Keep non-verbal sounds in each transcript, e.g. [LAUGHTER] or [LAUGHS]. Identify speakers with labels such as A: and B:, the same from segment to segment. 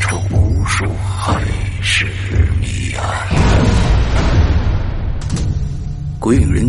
A: 出无数海市谜案。鬼影人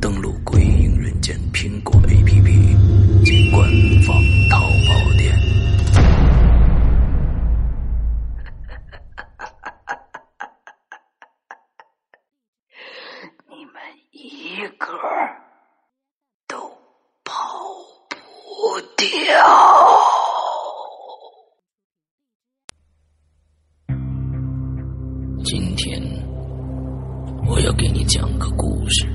A: 登录《鬼影人间》苹果 APP 及官方淘宝店。
B: 你们一个都跑不掉。
A: 今天我要给你讲个故事，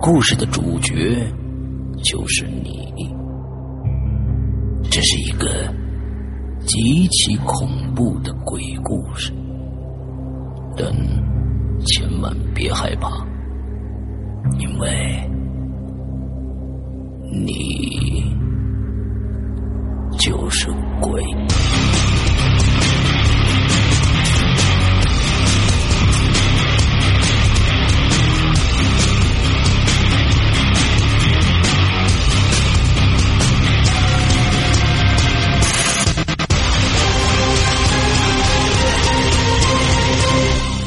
A: 故事的主角就是你。这是一个极其恐怖的鬼故事，但千万别害怕，因为你就是鬼。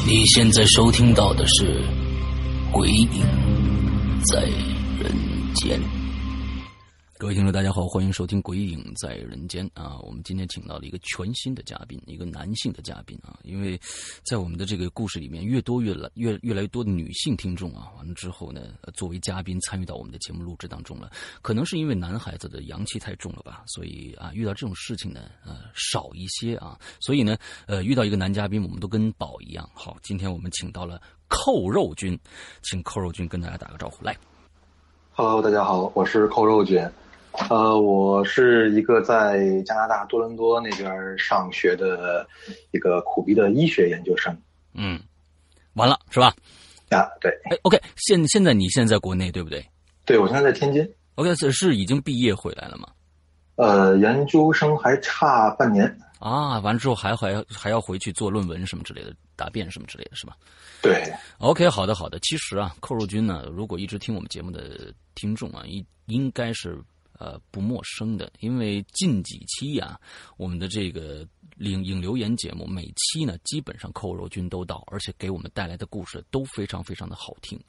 A: 你现在收听到的是《鬼影在人间》。各位听众，大家好，欢迎收听《鬼影在人间》啊！我们今天请到了一个全新的嘉宾，一个男性的嘉宾啊！因为在我们的这个故事里面，越多越来越越来越多的女性听众啊，完了之后呢，呃作为嘉宾参与到我们的节目录制当中了。可能是因为男孩子的阳气太重了吧，所以啊，遇到这种事情呢，呃，少一些啊。所以呢，呃，遇到一个男嘉宾，我们都跟宝一样。好，今天我们请到了扣肉君，请扣肉君跟大家打个招呼，来。
C: Hello，大家好，我是扣肉君，呃，我是一个在加拿大多伦多那边上学的一个苦逼的医学研究生
A: 嗯，完了是吧？
C: 啊，对，
A: 哎，OK，现现在你现在在国内对不对
C: 对我现在在天津，
A: ？OK，是是已经毕业回来了吗？
C: 呃，研究生还差半年，
A: 啊，完了之后还还要还要回去做论文什么之类的，答辩什么之类的，是吧
C: 对，
A: ？OK，好的好的。其实啊，寇若君呢，如果一直听我们节目的听众啊，应应该是呃不陌生的，因为近几期啊，我们的这个影影留言节目，每期呢基本上寇若君都到，而且给我们带来的故事都非常非常的好听。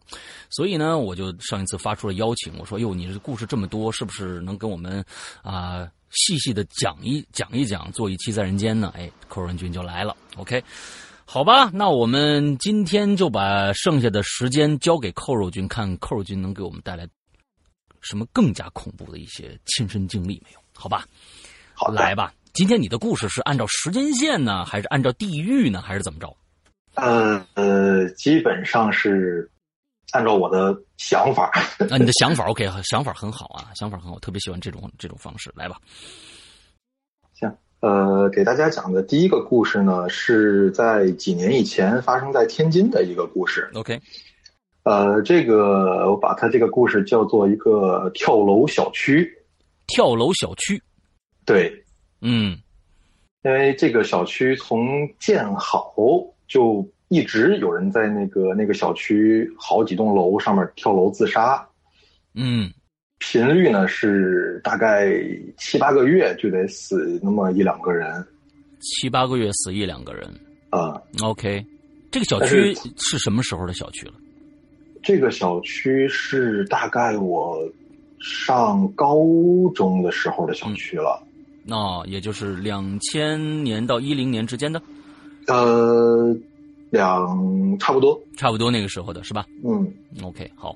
A: 所以呢，我就上一次发出了邀请，我说：“哟，你这故事这么多，是不是能跟我们啊、细细的讲一讲一讲，做一期在人间呢？”哎，寇仁君就来了。OK，好吧，那我们今天就把剩下的时间交给寇肉君，看寇肉君能给我们带来什么更加恐怖的一些亲身经历没有？好吧，
C: 好的
A: 来，吧。今天你的故事是按照时间线呢，还是按照地域呢，还是怎么着？
C: 呃呃，基本上是按照我的想法，
A: 啊，你的想法 OK，想法很好啊，想法很好，特别喜欢这种这种方式。
C: [LAUGHS]
A: 来吧，
C: 呃，给大家讲的第一个故事呢，是在几年以前发生在天津的一个故事，
A: OK，
C: 呃，这个我把它这个故事叫做一个跳楼小区。
A: 跳楼小区，
C: 对，
A: 嗯
C: 因为这个小区从建好就一直有人在那个那个小区好几栋楼上面跳楼自杀，
A: 嗯
C: 频率呢是大概七八个月就得死那么一两个人
A: 七八个月死一两个人
C: 啊、
A: ，OK，这个小
C: 但
A: 区
C: 是
A: 是什么时候的小区了？
C: 这个小区是大概我上高中的时候的小区了。
A: 那、也就是两千年到一零年之间的，
C: 呃，两差不多，
A: 差不多那个时候的是吧
C: 嗯，
A: ？OK，好，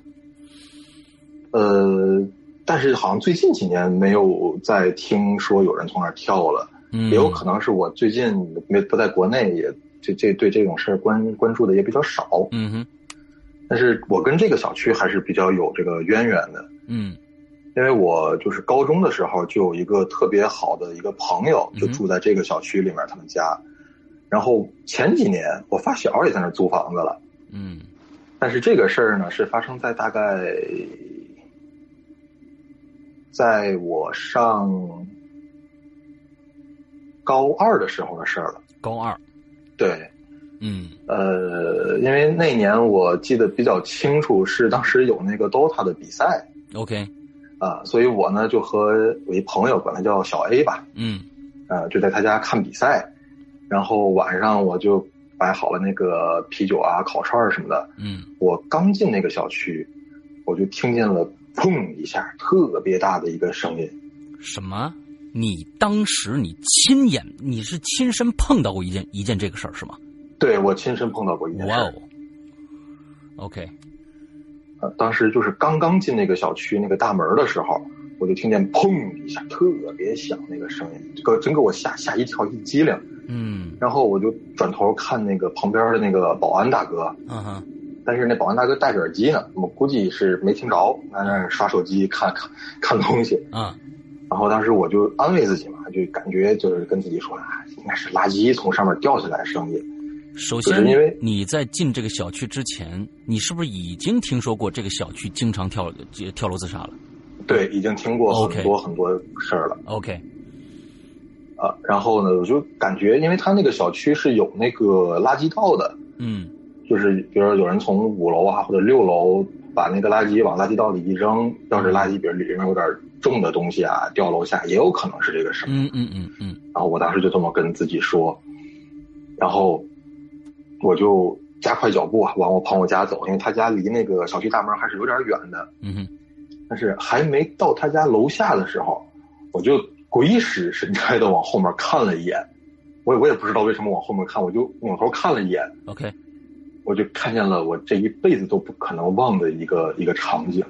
C: 呃，但是好像最近几年没有再听说有人从那儿跳了，
A: 嗯，
C: 也有可能是我最近没不在国内，也这这对这种事儿关关注的也比较少。
A: 嗯哼，
C: 但是我跟这个小区还是比较有这个渊源的，
A: 嗯
C: 因为我就是高中的时候就有一个特别好的一个朋友，
A: 嗯
C: 就住在这个小区里面，他们家。然后前几年我发小也在那儿租房子了，
A: 嗯
C: 但是这个事儿呢是发生在大概在我上高二的时候的事儿了。
A: 高二，
C: 对，
A: 嗯
C: 呃，因为那年我记得比较清楚，是当时有那个 DOTA 的比赛，
A: ，OK，
C: 啊，所以我呢就和我一朋友，管他叫小 A 吧，
A: 嗯
C: 呃，就在他家看比赛，然后晚上我就摆好了那个啤酒啊、烤串儿什么的。
A: 嗯
C: 我刚进那个小区，我就听见了砰一下特别大的一个声音，
A: 什么？你当时你亲眼你是亲身碰到过一件一件这个事儿是吗？
C: 对我亲身碰到过一件事
A: 哇
C: 儿、
A: 哦，OK，
C: 呃，当时就是刚刚进那个小区那个大门的时候，我就听见砰一下特别响那个声音，这个真给我吓吓一跳一激灵，
A: 嗯
C: 然后我就转头看那个旁边的那个保安大哥。
A: 嗯哼
C: 但是那保安大哥戴着耳机呢，我估计是没听着，在那刷手机看看看东西。
A: 啊
C: 然后当时我就安慰自己嘛，就感觉就是跟自己说啊，应该是垃圾从上面掉下来的声音。
A: 首
C: 就是
A: 先
C: 因为，
A: 你在进这个小区之前，你是不是已经听说过这个小区经常跳跳楼自杀了
C: 对，已经听过很多很多事儿了
A: ？OK，
C: 啊。然后呢，我就感觉，因为他那个小区是有那个垃圾道的，
A: 嗯
C: 就是比如有人从五楼啊或者六楼把那个垃圾往垃圾道里一扔，要是垃圾比如里面有点重的东西啊掉楼下，也有可能是这个声音。
A: 嗯嗯嗯嗯
C: 然后我当时就这么跟自己说，然后我就加快脚步啊，往我朋友家走，因为他家离那个小区大门还是有点远的。
A: 嗯哼，
C: 但是还没到他家楼下的时候，我就鬼使神差的往后面看了一眼，我也我也不知道为什么往后面看，我就扭头看了一眼，
A: ，OK，
C: 我就看见了我这一辈子都不可能忘的一个一个场景。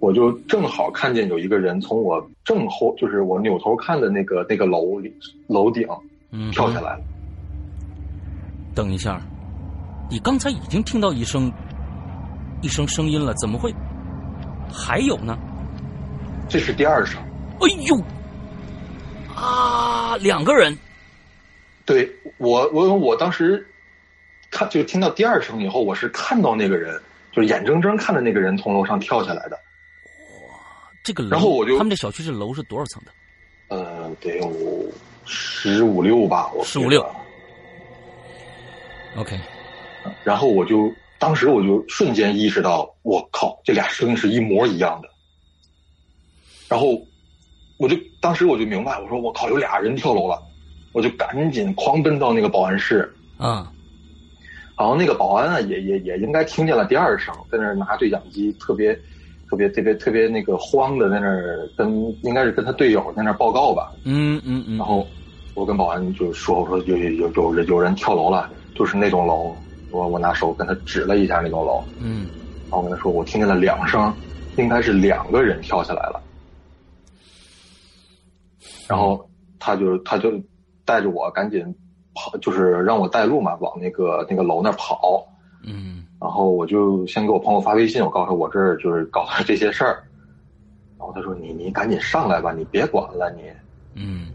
C: 我就正好看见有一个人从我正后，就是我扭头看的那个那个楼里楼顶
A: 嗯，
C: 跳下。来了。
A: 等一下，你刚才已经听到一声一声声音了，怎么会还有呢？
C: 这是第二声，
A: 哎呦，啊，两个人，
C: 对我我我当时看就听到第二声以后，我是看到那个人，就是眼睁睁看着那个人从楼上跳下来的。
A: 这个楼，
C: 然后我就
A: 他们这小区这楼是多少层的？
C: 呃，得有十五六吧，我觉得
A: 15-6。OK，
C: 然后我就当时我就瞬间意识到，我靠，这俩声音是一模一样的。然后我就当时我就明白，我说我靠，有俩人跳楼了，我就赶紧狂奔到那个保安室。
A: 啊，
C: 然后那个保安啊，也也也应该听见了第二声，在那儿拿对讲机，特别特别特别特别那个慌的，在那儿跟应该是跟他队友在那儿报告吧。
A: 嗯嗯嗯，
C: 然后我跟保安就说：“我说有有有有人有人跳楼了，就是那栋楼。”我我拿手跟他指了一下那栋楼，
A: 嗯，
C: 然后我跟他说：“我听见了两声，应该是两个人跳下来了。”然后他就他就带着我赶紧跑，就是让我带路嘛，往那个那个楼那儿跑。
A: 嗯
C: 然后我就先给我朋友发微信，我告诉他我这儿就是搞的这些事儿。然后他说：“你你赶紧上来吧，你别管了你。”
A: 嗯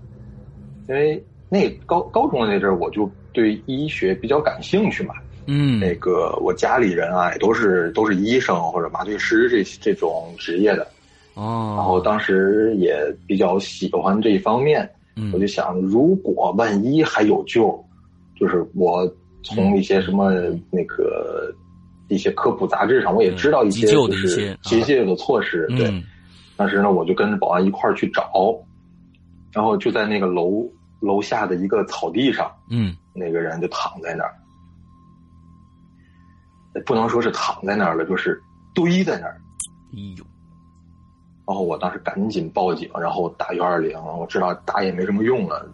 C: 因为那高高中的那阵儿，我就对医学比较感兴趣嘛。
A: 嗯，
C: 那个我家里人啊，也都是都是医生或者麻醉师这这种职业的，
A: 哦，
C: 然后当时也比较喜欢这一方面。
A: 嗯
C: 我就想，如果万一还有救，就是我从一些什么那个一些科普杂志上，我也知道一
A: 嗯
C: 些
A: 急救
C: 就
A: 的一些啊
C: 是急救的措施。对
A: 嗯，
C: 当时呢，我就跟着保安一块儿去找，然后就在那个楼楼下的一个草地上，
A: 嗯
C: 那个人就躺在那儿，不能说是躺在那儿了，就是堆在那儿。
A: 哎呦，
C: 然后我当时赶紧报警，然后打幺二零。我知道打也没什么用了，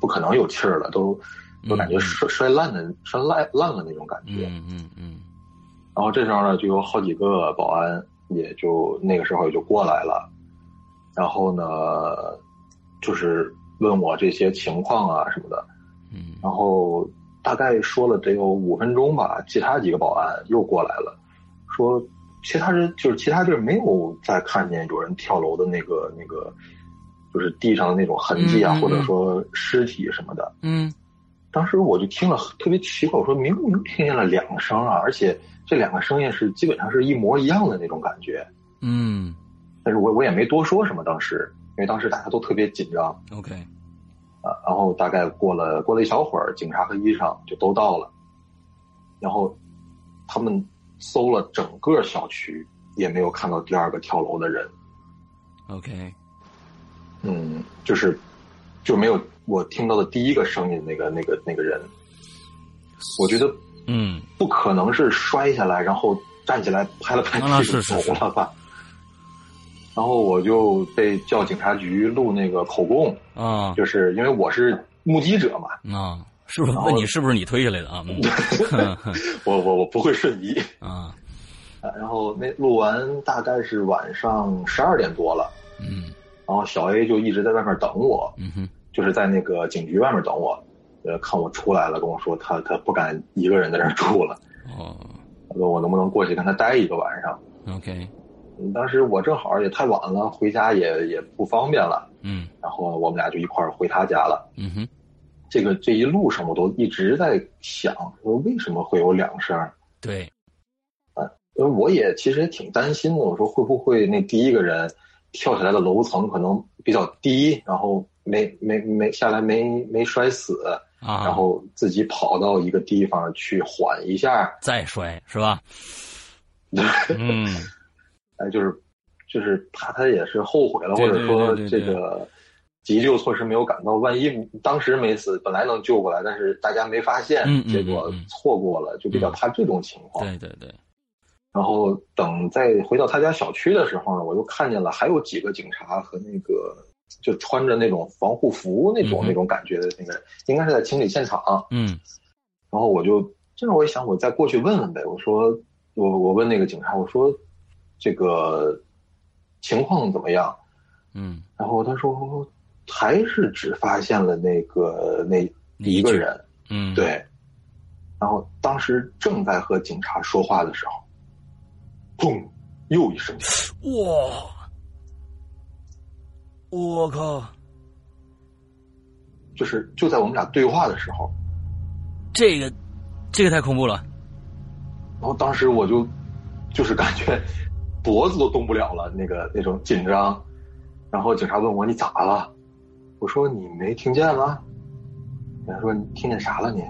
C: 不可能有气儿了，都都感觉摔摔烂的、摔烂烂了那种感觉。
A: 嗯嗯嗯
C: 然后这时候呢，就有好几个保安也就那个时候也就过来了，然后呢，就是问我这些情况啊什么的。
A: 嗯
C: 然后大概说了得有五分钟吧，其他几个保安又过来了，说其他人就是其他地儿没有再看见有人跳楼的那个那个，就是地上的那种痕迹
A: 嗯
C: 啊，
A: 嗯嗯
C: 或者说尸体什么的。
A: 嗯
C: 当时我就听了特别奇怪，我说明明听见了两个声啊，而且这两个声音是基本上是一模一样的那种感觉，
A: 嗯
C: 但是我我也没多说什么，当时因为当时大家都特别紧张。
A: ，OK，
C: 啊，然后大概过了过了一小会儿，警察和医生就都到了，然后他们搜了整个小区，也没有看到第二个跳楼的人。
A: OK，
C: 嗯，就是就没有我听到的第一个声音那个那个那个人，我觉得
A: 嗯，
C: 不可能是摔下来，然后站起来拍了拍
A: 啊那
C: 屁股
A: 是是是
C: 走了吧。然后我就被叫警察局录那个口供，
A: 啊
C: 就是因为我是目击者嘛，
A: 啊，是不是问你是不是你推下来的啊？嗯 [LAUGHS]
C: 我我我不会瞬移，
A: 啊，
C: 啊，然后那录完大概是晚上十二点多了，
A: 嗯
C: 然后小 A 就一直在外面等我，
A: 嗯哼，
C: 就是在那个警局外面等我，呃，看我出来了，跟我说他他不敢一个人在这儿住了，
A: 哦
C: 他说我能不能过去跟他待一个晚上？
A: ，OK，
C: 嗯当时我正好也太晚了，回家也也不方便了，
A: 嗯
C: 然后我们俩就一块儿回他家了。
A: 嗯哼，
C: 这个这一路上我都一直在想，说为什么会有两声儿？
A: 对，
C: 因为我也其实也挺担心的，我说会不会那第一个人跳下来的楼层可能比较低，然后没没没下来没没摔死，
A: 啊，
C: 然后自己跑到一个地方去缓一下，
A: 再摔是吧？嗯，
C: 哎，就是就是怕他也是后悔了，
A: 对
C: 或
A: 对
C: 者说
A: 对对
C: 这个急救措施没有赶到，万一当时没死，本来能救过来，但是大家没发现，
A: 嗯嗯
C: 结果
A: 嗯嗯
C: 错过了，就比较怕这种情况。
A: 对对对，
C: 然后等再回到他家小区的时候呢，我又看见了还有几个警察和那个就穿着那种防护服那种
A: 嗯哼
C: 那种感觉的那个人，应该是在清理现场。
A: 嗯
C: 然后我就这时候我一想，我再过去问问呗。我说我我问那个警察，我说这个情况怎么样？
A: 嗯，
C: 然后他说还是只发现了那个那
A: 那具
C: 一个人，，
A: 嗯，
C: 对，。然后当时正在和警察说话的时候，砰，又一声。
A: 哇，我靠，
C: 就是就在我们俩对话的时候，
A: 这个这个太恐怖了，
C: 然后当时我就就是感觉脖子都动不了了，那个那种紧张。然后警察问我你咋了？我说你没听见吗？警察说你听见啥了你？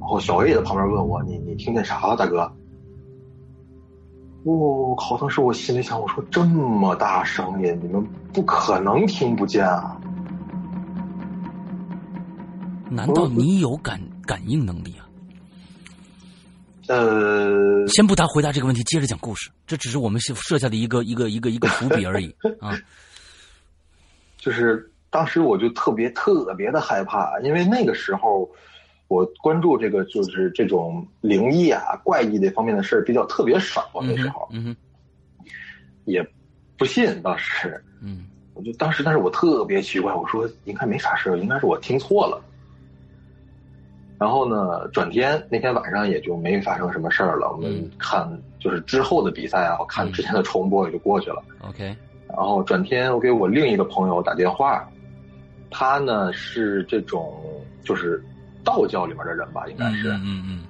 C: 然后小 A 在旁边问我你你听见啥了大哥？我、靠！当时我心里想，我说这么大声音，你们不可能听不见啊！
A: 难道你有感感应能力啊？
C: 呃，
A: 先不答回答这个问题，接着讲故事，这只是我们设下的一个一个一个一个伏笔而已啊。
C: 就是当时我就特别特别的害怕，因为那个时候我关注这个就是这种灵异啊、怪异这方面的事儿比较特别少，啊那
A: 嗯
C: 时候
A: 哼，、嗯哼，
C: 也不信。当时
A: 嗯
C: 我就当时，但是我特别奇怪，我说应该没啥事儿，应该是我听错了。然后呢，转天那天晚上也就没发生什么事儿了。我们
A: 嗯
C: 看就是之后的比赛啊，我看之前的重播也就过去了。
A: ，OK，
C: 然后转天我给我另一个朋友打电话，他呢是这种就是道教里面的人吧，应该
A: 嗯
C: 是。
A: 嗯嗯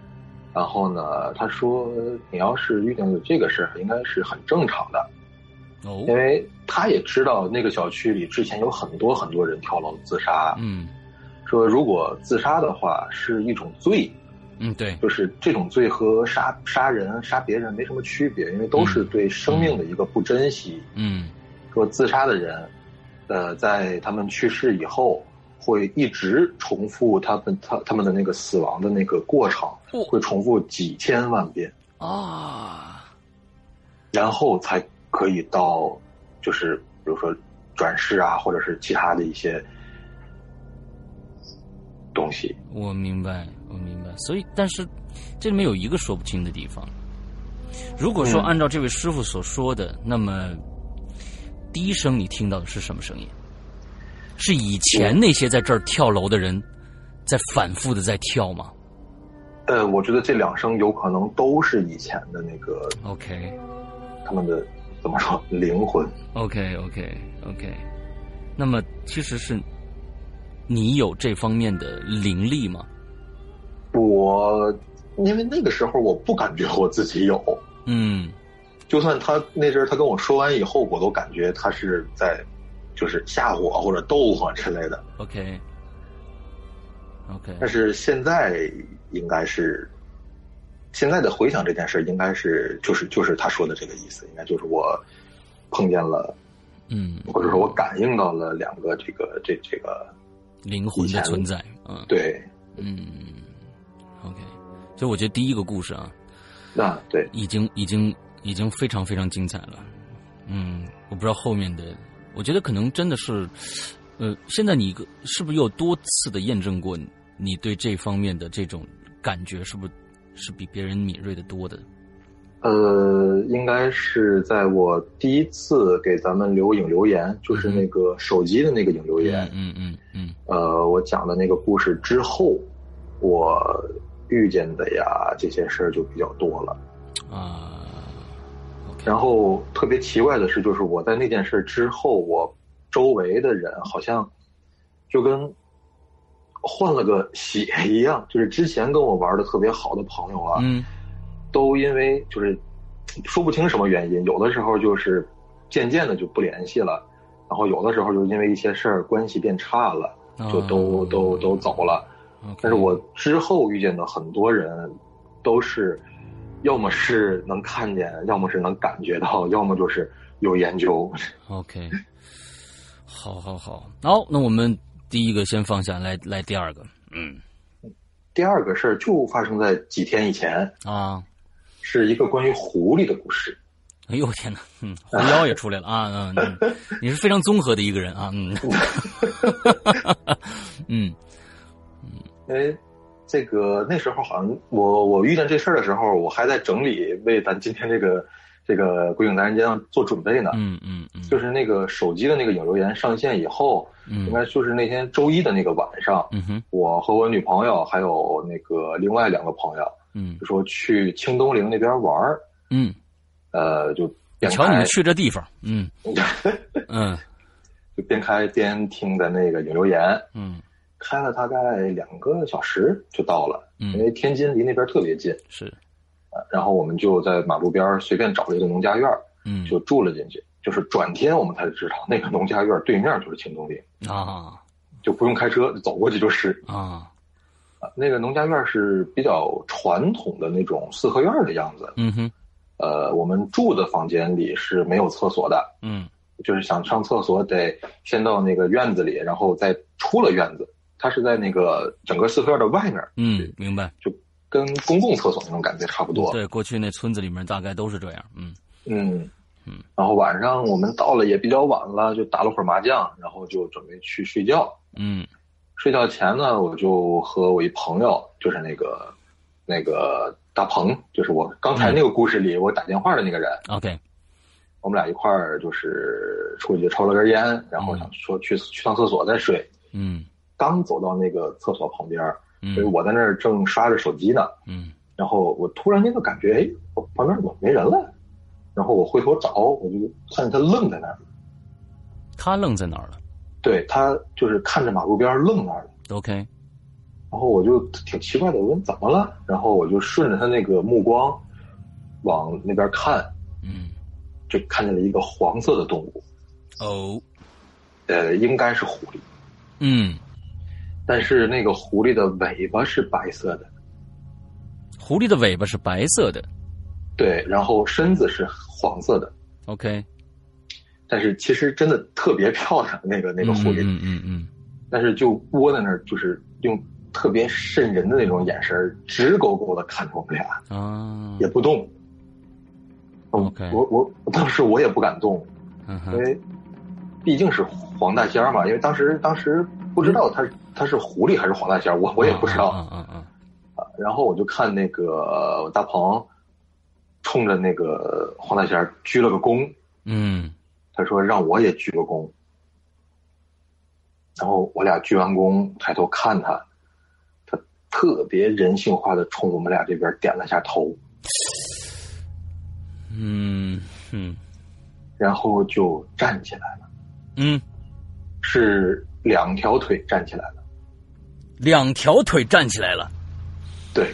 C: 然后呢，他说你要是遇见有这个事儿，应该是很正常的，
A: 嗯，哦
C: 因，为他也知道那个小区里之前有很多很多人跳楼自杀，
A: 嗯
C: 说如果自杀的话是一种罪，
A: 嗯，对，
C: 就是这种罪和杀杀人、杀别人没什么区别，因为都是对生命的一个不珍惜。
A: 嗯
C: 说自杀的人，呃，在他们去世以后，会一直重复他们他他们的那个死亡的那个过程
A: 哦，
C: 会重复几千万遍，
A: 啊，
C: 然后才可以到，就是比如说转世啊，或者是其他的一些东西。
A: 我明白，我明白。所以，但是这里面有一个说不清的地方。如果说
C: 嗯
A: 按照这位师傅所说的，那么第一声你听到的是什么声音？是以前那些在这儿跳楼的人在反复的在跳吗？
C: 呃，我觉得这两声有可能都是以前的那个
A: OK
C: 他们的怎么说灵魂。
A: OK OK OK，那么其实是你有这方面的灵力吗？
C: 我因为那个时候我不感觉我自己有，
A: 嗯
C: 就算他那阵儿他跟我说完以后，我都感觉他是在就是吓唬我或者逗我之类的。
A: ，OK OK，
C: 但是现在应该是，现在的回想这件事，应该是就是就是他说的这个意思，应该就是我碰见了，
A: 嗯，
C: 或者说我感应到了两个这个这这个
A: 灵魂的存在，嗯，
C: 对，
A: 嗯，OK，所以我觉得第一个故事啊，
C: 那对
A: 已经已经已经非常非常精彩了。嗯，我不知道后面的，我觉得可能真的是，呃，现在你一个是不是又多次的验证过你你对这方面的这种感觉，是不是是比别人敏锐的多的？
C: 呃，应该是在我第一次给咱们留影留言，就是那个手机的那个影留言，
A: 嗯嗯嗯
C: 呃，我讲的那个故事之后，我遇见的呀这些事儿就比较多了。
A: 嗯啊，OK，
C: 然后特别奇怪的是，就是我在那件事之后，我周围的人好像就跟换了个血一样，就是之前跟我玩的特别好的朋友啊，
A: 嗯
C: 都因为就是说不清什么原因，有的时候就是渐渐的就不联系了，然后有的时候就因为一些事儿关系变差了，就都、
A: 啊
C: 都都走了。
A: ，OK
C: 但是我之后遇见的很多人，都是要么是能看见，要么是能感觉到，要么就是有研究。
A: OK，好好好，好，那我们第一个先放下来，来第二个，嗯
C: 第二个事儿就发生在几天以前，
A: 啊，
C: 是一个关于狐狸的故事。
A: 哎呦我天哪，嗯，狐妖也出来了啊！嗯，嗯你是非常综合的一个人啊，嗯，嗯 [LAUGHS]
C: 因为哎这个那时候好像我我遇见这事儿的时候，我还在整理为咱今天这个这个《鬼影男人街》上做准备呢。
A: 嗯嗯嗯，
C: 就是那个手机的那个影留言上线以后，应
A: 嗯
C: 该就是那天周一的那个晚上，
A: 嗯哼
C: 我和我女朋友还有那个另外两个朋友，
A: 嗯
C: 就说去清东陵那边玩儿，
A: 嗯，
C: 呃，就边
A: 瞧你
C: 开
A: 们去这地方，嗯嗯
C: 就边开边听的那个影留言，
A: 嗯
C: 开了大概两个小时就到了，
A: 嗯，
C: 因为天津离那边特别近，
A: 是，
C: 呃然后我们就在马路边儿随便找了一个农家院儿
A: 嗯
C: 就住了进去。就是转天我们才知道，那个农家院儿对面就是清东陵，
A: 啊
C: 就不用开车走过去就是。
A: 啊，
C: 啊那个农家院是比较传统的那种四合院的样子。
A: 嗯哼
C: 呃，我们住的房间里是没有厕所的，
A: 嗯
C: 就是想上厕所得先到那个院子里，然后再出了院子。它是在那个整个四合院的外面，
A: 嗯，明白，
C: 跟公共厕所那种感觉差不多。
A: 对，过去那村子里面大概都是这样，嗯
C: 嗯
A: 嗯。
C: 然后晚上我们到了也比较晚了，就打了会儿麻将，然后就准备去睡觉。
A: 嗯
C: 睡觉前呢，我就和我一朋友，就是那个那个大鹏，就是我
A: 嗯
C: 刚才那个故事里我打电话的那个人，
A: ，OK，
C: 我们俩一块儿就是出去抽了根烟，然后想说去去趟厕所再睡。
A: 嗯
C: 刚走到那个厕所旁边儿，
A: 嗯
C: 所以我在那儿正刷着手机呢，
A: 嗯
C: 然后我突然间就感觉，哎，我旁边怎么没人了？然后我回头找，我就看见他愣在那儿，
A: 他愣在哪儿了
C: 对他就是看着马路边儿愣那儿了。
A: ？OK，
C: 然后我就挺奇怪的问怎么了，然后我就顺着他那个目光往那边看，
A: 嗯
C: 就看见了一个黄色的动物，
A: 哦，
C: 呃，应该是狐狸，
A: 嗯。
C: 但是那个狐狸的尾巴是白色的，
A: 狐狸的尾巴是白色的。
C: 对，然后身子是黄色的，
A: OK，
C: 但是其实真的特别漂亮，那个那个狐狸，
A: 嗯嗯嗯
C: 但是就窝在那儿，就是用特别瘆人的那种眼神儿，直勾勾的看着我们俩，
A: 嗯啊
C: 也，不动。嗯
A: OK
C: 我我我当时我也不敢动，
A: 嗯
C: 因
A: 哼，
C: 为毕竟是黄大仙儿嘛，因为当时当时不知
A: 嗯
C: 道他他是狐狸还是黄大仙儿，我我也不知道。
A: 啊啊啊
C: 然后我就看那个我大鹏冲着那个黄大仙儿鞠了个躬，
A: 嗯
C: 他说让我也鞠个躬。然后我俩鞠完躬，抬头看他，他特别人性化的冲我们俩这边点了下头，
A: 嗯嗯
C: 然后就站起来了，
A: 嗯，
C: 是两条腿站起来了。
A: 两条腿站起来了，
C: 对，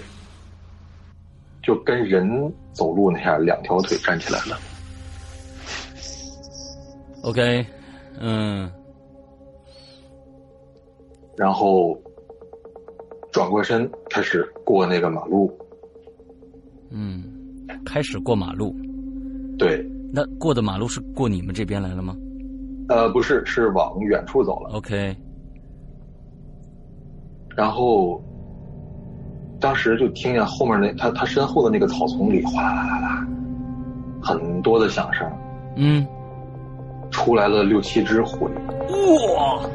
C: 就跟人走路那样，两条腿站起来了。
A: OK，嗯
C: 然后转过身开始过那个马路。
A: 嗯，开始过马路，
C: 对，
A: 那过的马路是过你们这边来了吗
C: 呃，不是，是往远处走了。
A: ？OK，
C: 然后当时就听见后面那他他身后的那个草丛里哗啦啦啦啦，很多的响声，
A: 嗯，
C: 出来了六七只狐狸，
A: 哇，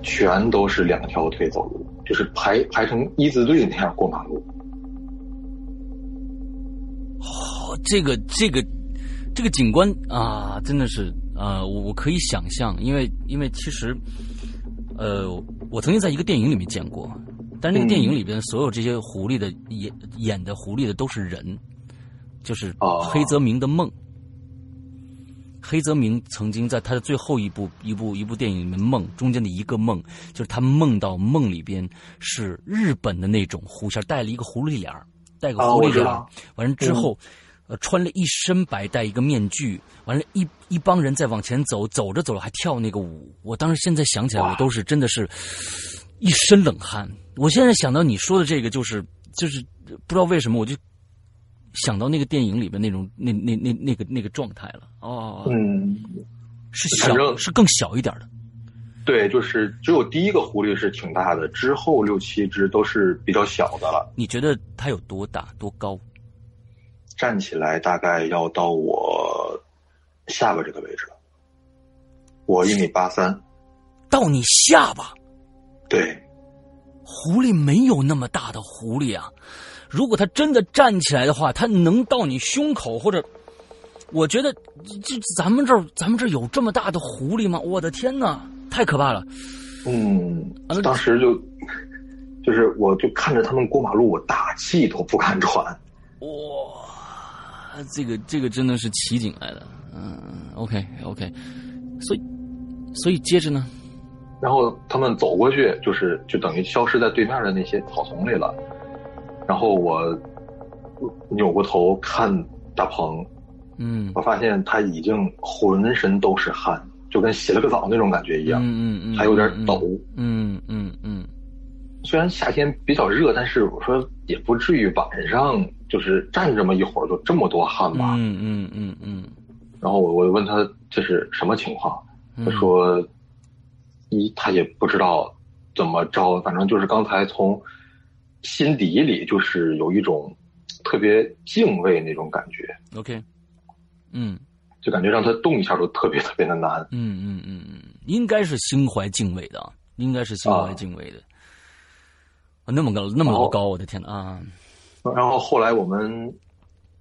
C: 全都是两条腿走路，就是排排成一字队那样过马路。
A: 哦这个这个这个景观啊，真的是啊、呃我我可以想象，因为因为其实，呃，我曾经在一个电影里面见过，但是那个
C: 嗯
A: 电影里边所有这些狐狸的演演的狐狸的都是人，就是
C: 哦
A: 黑泽明的梦。黑泽明曾经在他的最后一部一部一部电影里面梦中间的一个梦，就是他梦到梦里边是日本的那种狐仙，带了一个狐狸脸儿，带个
C: 啊
A: 狐狸
C: 我知
A: 脸儿，
C: 道
A: 完了之后，
C: 嗯
A: 呃，穿了一身白，戴一个面具，完了一，一帮人在往前走，走着走着还跳那个舞。我当时现在想起来，
C: 哇
A: 我都是真的是一身冷汗。我现在想到你说的这个，就是就是呃不知道为什么，我就想到那个电影里边那种那那那那个那个状态了。哦，
C: 嗯，
A: 是
C: 反
A: 小
C: 正
A: 是更小一点的。
C: 对，就是只有第一个狐狸是挺大的，之后六七只都是比较小的了。
A: 你觉得它有多大多高？
C: 站起来大概要到我下巴这个位置了，我一米八三，
A: 到你下巴。
C: 对，
A: 狐狸没有那么大的狐狸啊，如果它真的站起来的话，它能到你胸口或者，我觉得这这咱们这儿咱们这儿有这么大的狐狸吗？我的天哪，太可怕了！
C: 嗯
A: 完了，
C: 当时就就是我就看着他们过马路，我大气都不敢喘。
A: 哇，这个这个真的是奇景来的。嗯，OK OK，所以所以接着呢，
C: 然后他们走过去，就是就等于消失在对面的那些草丛里了。然后我扭过头看大鹏，
A: 嗯
C: 我发现他已经浑身都是汗，就跟洗了个澡那种感觉一样，
A: 嗯嗯嗯，
C: 还有点抖。
A: 嗯嗯嗯
C: 虽然夏天比较热，但是我说也不至于晚上就是站这么一会儿就这么多汗吧。
A: 嗯嗯嗯嗯
C: 然后我我问他这是什么情况，
A: 嗯，
C: 他说，一他也不知道怎么着，反正就是刚才从心底里就是有一种特别敬畏那种感觉，
A: OK，嗯。
C: 就感觉让他动一下都特别特别的难。
A: 嗯嗯嗯嗯，应该是心怀敬畏的，啊，应该是心怀敬畏的。啊，那么高，那么老
C: 哦
A: 高，我的天呐啊！
C: 然后后来我们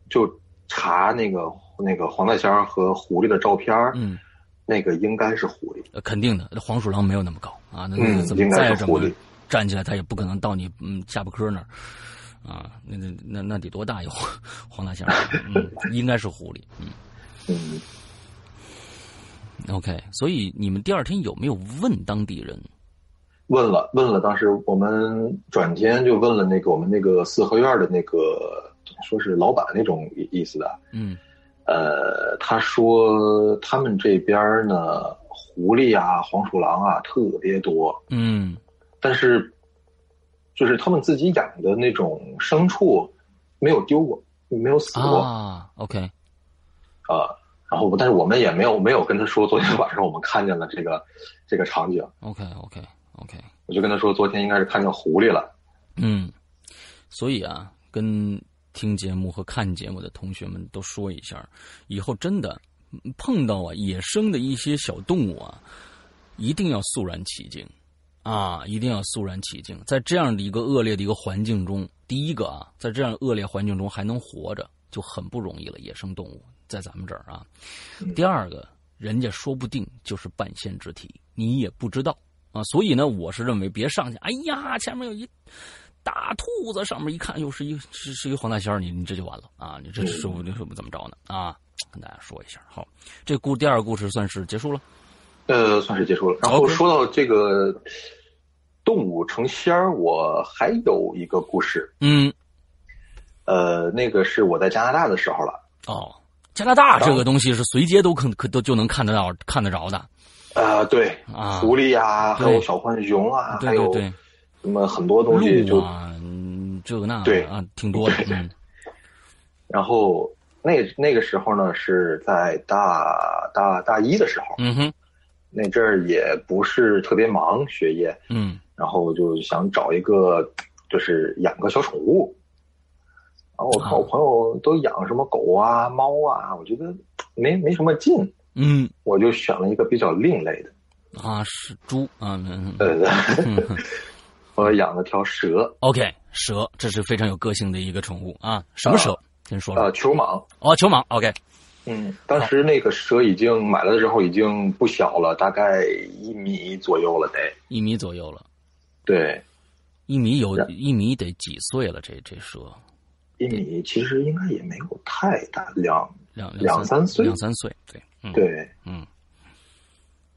C: 就查那个那个黄大仙儿和狐狸的照片儿，
A: 嗯，
C: 那个应该是狐狸。
A: 呃肯定的，那黄鼠狼没有那么高啊，那
C: 嗯
A: 那怎么
C: 应该是
A: 再怎么
C: 狐狸
A: 站起来，它也不可能到你嗯下巴颏那儿啊，那那那那得多大有 [LAUGHS] 黄大仙儿？嗯，应该是狐狸。嗯
C: 嗯，
A: ，OK，所以你们第二天有没有问当地人？
C: 问了问了，当时我们转天就问了那个我们那个四合院的那个说是老板那种意意思的，
A: 嗯
C: 呃，他说他们这边儿呢，狐狸啊、黄鼠狼啊特别多，
A: 嗯
C: 但是就是他们自己养的那种牲畜没有丢过，没有死过啊、
A: 啊，OK，
C: 然后，但是我们也没有没有跟他说，昨天晚上我们看见了这个这个场景，
A: OK OK OK，
C: 我就跟他说，昨天应该是看见狐狸了。
A: 嗯，所以啊，跟听节目和看节目的同学们都说一下，以后真的嗯碰到啊野生的一些小动物啊，一定要肃然起敬啊，一定要肃然起敬。在这样的一个恶劣的一个环境中，第一个啊，在这样恶劣环境中还能活着，就很不容易了。野生动物在咱们这儿啊，第二个，人家说不定就是半仙之体，你也不知道。啊、啊，所以呢，我是认为别上去。哎呀，前面有一大兔子，上面一看又是一是是一黄大仙儿，你你这就完了啊！你这是不是不怎么着呢啊？跟大家说一下，好，这故第二个故事算是结束了。
C: 呃，算是结束了。然后
A: OK
C: 说到这个动物成仙儿，我还有一个故事，
A: 嗯，
C: 呃，那个是我在加拿大的时候了。
A: 哦，加拿大这个东西是随街都可可都就能看得到看得着的
C: 呃，对，
A: 啊，
C: 狐狸啊，
A: 对
C: 还有小浣熊啊，
A: 对对
C: 还有
A: 对，
C: 什么很多东西就，
A: 鹿啊，嗯这个那个
C: 对
A: 啊，挺多的，嗯
C: 然后那那个时候呢是在大大大一的时候，
A: 嗯哼
C: 那阵儿也不是特别忙学业，
A: 嗯
C: 然后我就想找一个，就是养个小宠物。然后我看我朋友都养什么狗啊、猫啊，我觉得没没什么劲，
A: 嗯
C: 我就选了一个比较另类的。
A: 啊是猪啊嗯嗯
C: [LAUGHS] 呃，
A: 嗯嗯
C: 我养了条蛇，
A: ，OK 蛇，这是非常有个性的一个宠物啊，什么蛇？先说
C: 呃
A: 说，
C: 球蟒。
A: 哦，球蟒，OK，
C: 嗯，当时那个蛇已经买来的时候已经不小了，大概一米左右了得。
A: 一米左右了，
C: 对，
A: 一米有
C: 是
A: 一米得几岁了？这这蛇
C: 一米其实应该也没有太大两
A: 两
C: 两三岁
A: 两三岁，对，嗯
C: 对，
A: 嗯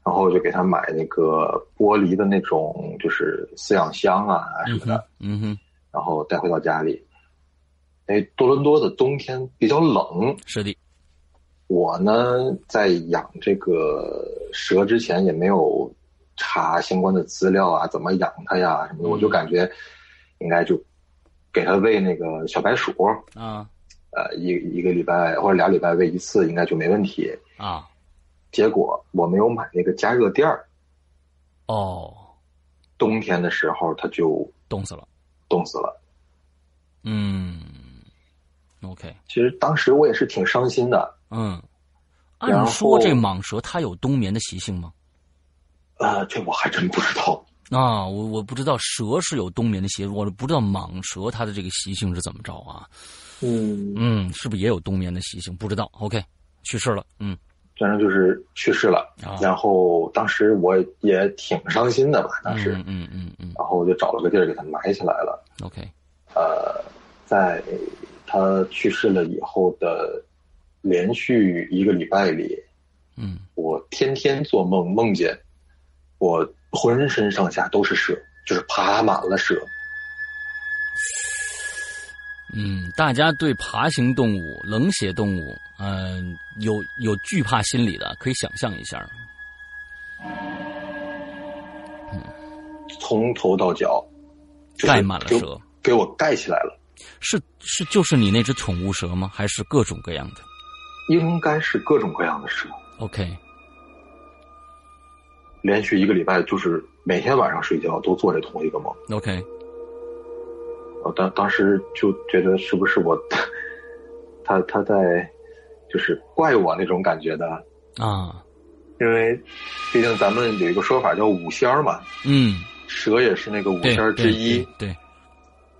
C: 然后我就给它买那个玻璃的那种就是饲养箱啊什
A: 嗯
C: 么的。
A: 哼嗯哼，
C: 然后带回到家里。哎，多伦多的冬天比较冷，
A: 是的，
C: 我呢在养这个蛇之前也没有查相关的资料啊，怎么养它呀什么的，
A: 嗯
C: 我就感觉应该就给它喂那个小白鼠，
A: 啊
C: 呃，一一个礼拜或者俩礼拜喂一次，应该就没问题。
A: 啊
C: 结果我没有买那个加热垫儿，
A: 哦，
C: 冬天的时候它就
A: 冻死了，
C: 冻死了。
A: 嗯，OK，
C: 其实当时我也是挺伤心的，
A: 嗯，
C: 然
A: 按
C: 后
A: 说这蟒蛇它有冬眠的习性吗？
C: 呃，这我还真不知道。
A: 啊，我我不知道蛇是有冬眠的习，我不知道蟒蛇它的这个习性是怎么着啊？
C: 嗯，
A: 嗯，是不是也有冬眠的习性？不知道。OK，去世了。嗯
C: 反正就是去世了。
A: 啊，
C: 然后当时我也挺伤心的吧，当时，
A: 嗯嗯嗯嗯
C: 然后我就找了个地儿给它埋起来了。
A: 嗯，OK，
C: 呃，在它去世了以后的连续一个礼拜里，
A: 嗯，
C: 我天天做梦，梦见我浑身上下都是蛇，就是爬满了蛇。
A: 嗯，大家对爬行动物、冷血动物，嗯、有有惧怕心理的，可以想象一下。
C: 从头到脚，就是
A: 盖满了
C: 给
A: 蛇，
C: 给我盖起来了。
A: 是是就是你那只宠物蛇吗？还是各种各样的
C: 应该是各种各样的蛇，
A: ？OK，
C: 连续一个礼拜，就是每天晚上睡觉都做这同一个梦。
A: OK，
C: 我当当时就觉得是不是我， [LAUGHS] 他他在就是怪我那种感觉的，
A: 啊，
C: 因为毕竟咱们有一个说法叫五仙儿嘛，
A: 嗯，
C: 蛇也是那个五
A: 对
C: 仙儿之一，
A: 对对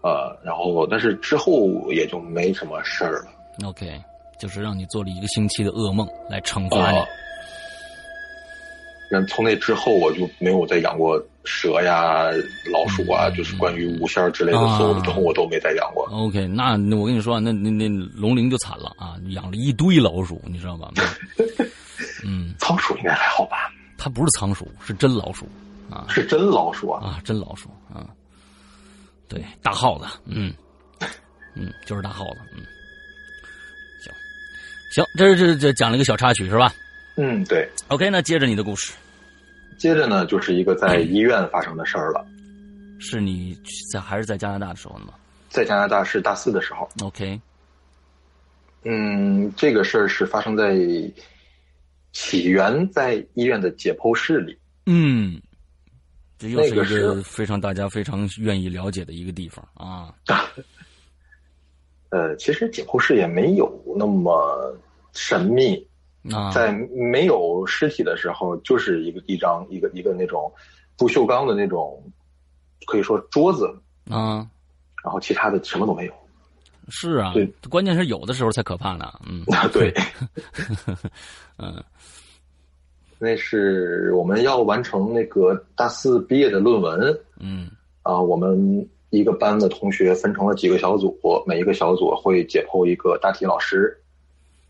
C: 呃，然后但是之后也就没什么事儿了。
A: 对，OK，就是让你做了一个星期的噩梦来惩罚你。
C: 啊那从那之后，我就没有再养过蛇呀、老鼠啊，
A: 嗯
C: 就是关于五仙儿之类的
A: 啊
C: 所有的动物我都没再养过。
A: OK，那那我跟你说啊，那那那龙鳞就惨了啊，养了一堆老鼠，你知道吧？嗯， [LAUGHS]
C: 仓鼠应该还好吧？
A: 它不是仓鼠，是真老鼠啊
C: 是真老鼠啊！
A: 啊，真老鼠啊，对，大耗子，嗯嗯，就是大耗子，嗯，行行，这这这讲了一个小插曲是吧
C: 嗯，对。
A: ？OK，那接着你的故事，
C: 接着呢，就是一个在医院发生的事儿了。
A: 是你在还是在加拿大的时候呢吗
C: 在加拿大是大四的时候，
A: ？OK，
C: 嗯，这个事儿是发生在起源在医院的解剖室里。
A: 嗯，这又是一
C: 那个
A: 个
C: 是
A: 非常大家非常愿意了解的一个地方啊。
C: 呃，其实解剖室也没有那么神秘，
A: 啊，
C: 在没有尸体的时候，就是一个一张一个一个那种不锈钢的那种，可以说桌子，
A: 啊，
C: 然后其他的什么都
A: [LAUGHS]
C: 没有。
A: 是啊
C: 对，
A: 关键是 [LAUGHS] 有的时候才可怕呢。嗯，
C: 对，
A: 嗯，
C: 那是我们要完成那个大四毕业的论文
A: 嗯
C: 啊，我们一个班的同学分成了几个小组，每一个小组会解剖一个大体老师，